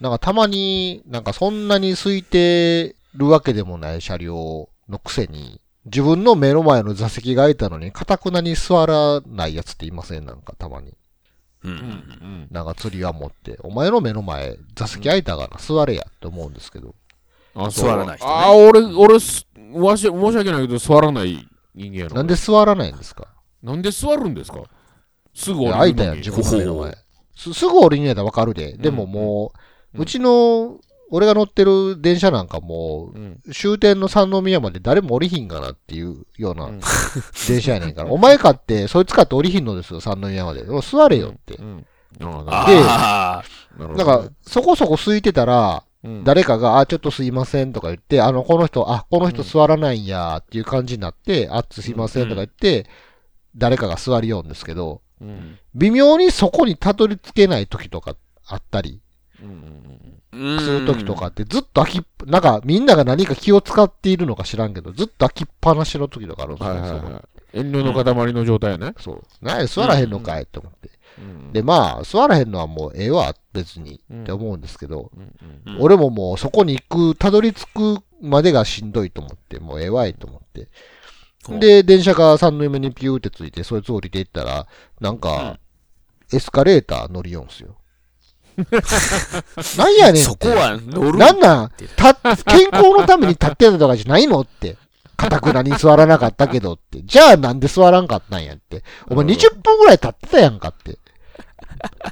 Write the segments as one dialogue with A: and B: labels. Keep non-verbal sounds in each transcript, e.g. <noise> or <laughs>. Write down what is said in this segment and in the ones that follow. A: なんかたまに、なんかそんなに空いてるわけでもない車両のくせに、自分の目の前の座席が空いたのに、かたくなに座らないやつっていませんなんかたまに。
B: う。
C: うんうんん。
A: なんか釣りは持って、お前の目の前、座席空いたから座れやって思うんですけど。
C: あ
B: 座らない人ね
C: ああ、俺、俺、すわし、申し訳ないけど、座らない人間やろ。
A: なんで座らないんですか
C: なんで座るんですかすぐ
A: い
C: 降り
A: や
C: るの
A: 空
C: に
A: いたやん、自分の目の
B: ほ
A: 前。すすぐ降りにやったらわかるで。でももう、
C: うん
A: うちの、俺が乗ってる電車なんかも
C: うん
A: う、終点の三宮まで誰も降りひんかなっていうような
C: うん
A: 電車やねんから。お前かって、そいつかって降りひんのですよ、三宮まで。お座れよって
C: う。ん。
B: あ
C: あ
B: あ、
C: あ、なるほ
A: な
C: どね。
A: んか、そこそこ空いてたら、
C: うん、
A: 誰かが、あ、ちょっとすいませんとか言って、あの、この人、あ、この人
C: うん
A: 座らないんやっていう感じになって、あ、すいませんとか言って、誰かが座りようんですけど、
C: うんうん
A: 微妙にそこにたどり着けない時とかあったり
C: うんうん
B: す
A: する時とかって、ずっと空きっ、なんかみんなが何か気を使っているのか知らんけど、ずっと空きっぱなしの時とかあるん
C: う
A: で
C: ん。
A: すよ、
C: はいはい
A: そこ
C: はい。遠慮の塊の状態やね。
A: そう。なんで座らへんのかいって思って。
C: うん
A: で、まあ、座らへんのはもうええわ、別に
C: うん
A: って思うんですけど、
C: うんうん
B: うん
A: 俺ももうそこに行く、たどり着くまでがしんどいと思って、もうええわいと思って。
B: ほう
A: で、電車が3の目にピューってついて、そいつ降りていったら、なんか、エスカレーター乗りよんすよ。 <laughs> なんやねんって
B: そこは乗る。
A: なんなんた健康のために立ってたとかじゃないのって。かたくなに座らなかったけどって。じゃあなんで座らんかったんやって。お前
C: なるほ
A: 20分ぐらい立ってたやんかって。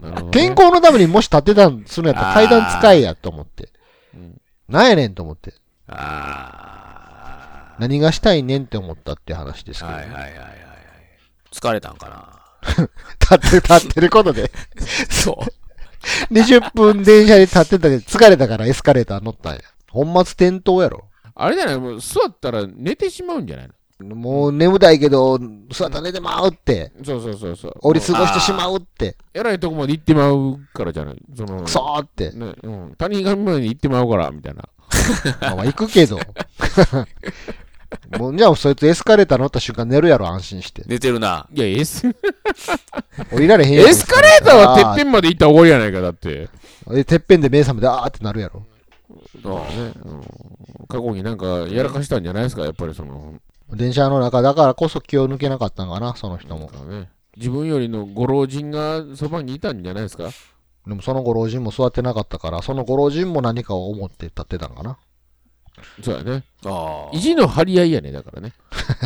C: なるほどね
A: 健康のためにもし立ってたんするんやったら階段使えやと思って
C: うん。
A: なんやねんと思って。
B: あ
A: 何がしたいねんって思ったっていう話です
B: あ。
A: けど、
B: はいはいはいは
A: ね
B: いはい。疲れたんかな。
A: 立って、立ってることで、
B: <laughs> そう。
A: 20分電車で立ってたけど、疲れたからエスカレーター乗ったんや。本末転倒やろ。
C: あれじゃないもう座ったら寝てしまうんじゃないの
A: もう眠たいけど、座ったら寝てまうって、
C: そうそうそうそう。
A: 折り過
C: もう
A: ごしてしまうって、
C: えらいとこまで行ってまうからじゃないその、
A: くそーって。
C: ね、うん。他人がまでに行ってまうから、みたいな。
A: まあまあ行くけど。 <laughs> もうじゃあそいつエスカレーター乗った瞬間寝るやろ、安心して。
B: 寝てるな。
C: いや、エス、エ
A: 降りられへんやろ。
C: スカレーターはてっぺ
A: ん
C: んまで行ったら終わりやないか、だって。
A: あー。えてっぺんで目覚めて、あーってなるやろ。
C: そうね。うん過去になんかやらかしたんじゃないですか、やっぱりその、
A: 電車の中だからこそ気を抜けなかったんかな、その人
C: なん
A: も。
C: かね。自分よりのご老人がそばにいたんじゃないですか
A: でもそのご老人も座ってなかったから、そのご老人も何かを思って立ってたんかな。
C: そうやね。
B: あ
C: 意地の張り合いやね、だからね。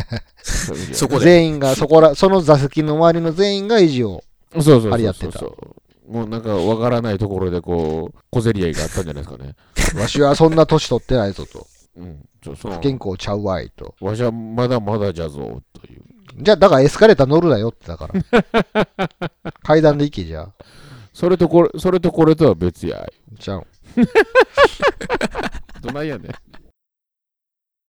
C: <laughs> そういう意味では
B: そこで。
A: 全員が、そこら、その座席の周りの全員が意地を。
C: そうそうそうそう。
A: あれやってた
C: もうなんかわからないところでこう、小競り合いがあったんじゃないですかね。
A: わしはそんな年取ってないぞと。
C: うん。そうそう。
A: 健康ちゃうわいと。
C: わしはまだまだじゃぞ、という。
A: じゃあ、だからエスカレーター乗るなよってだから。階段で行けじゃあ。
C: それとこれ、それとこれとは別や。
A: じゃあ、
C: どないやねん。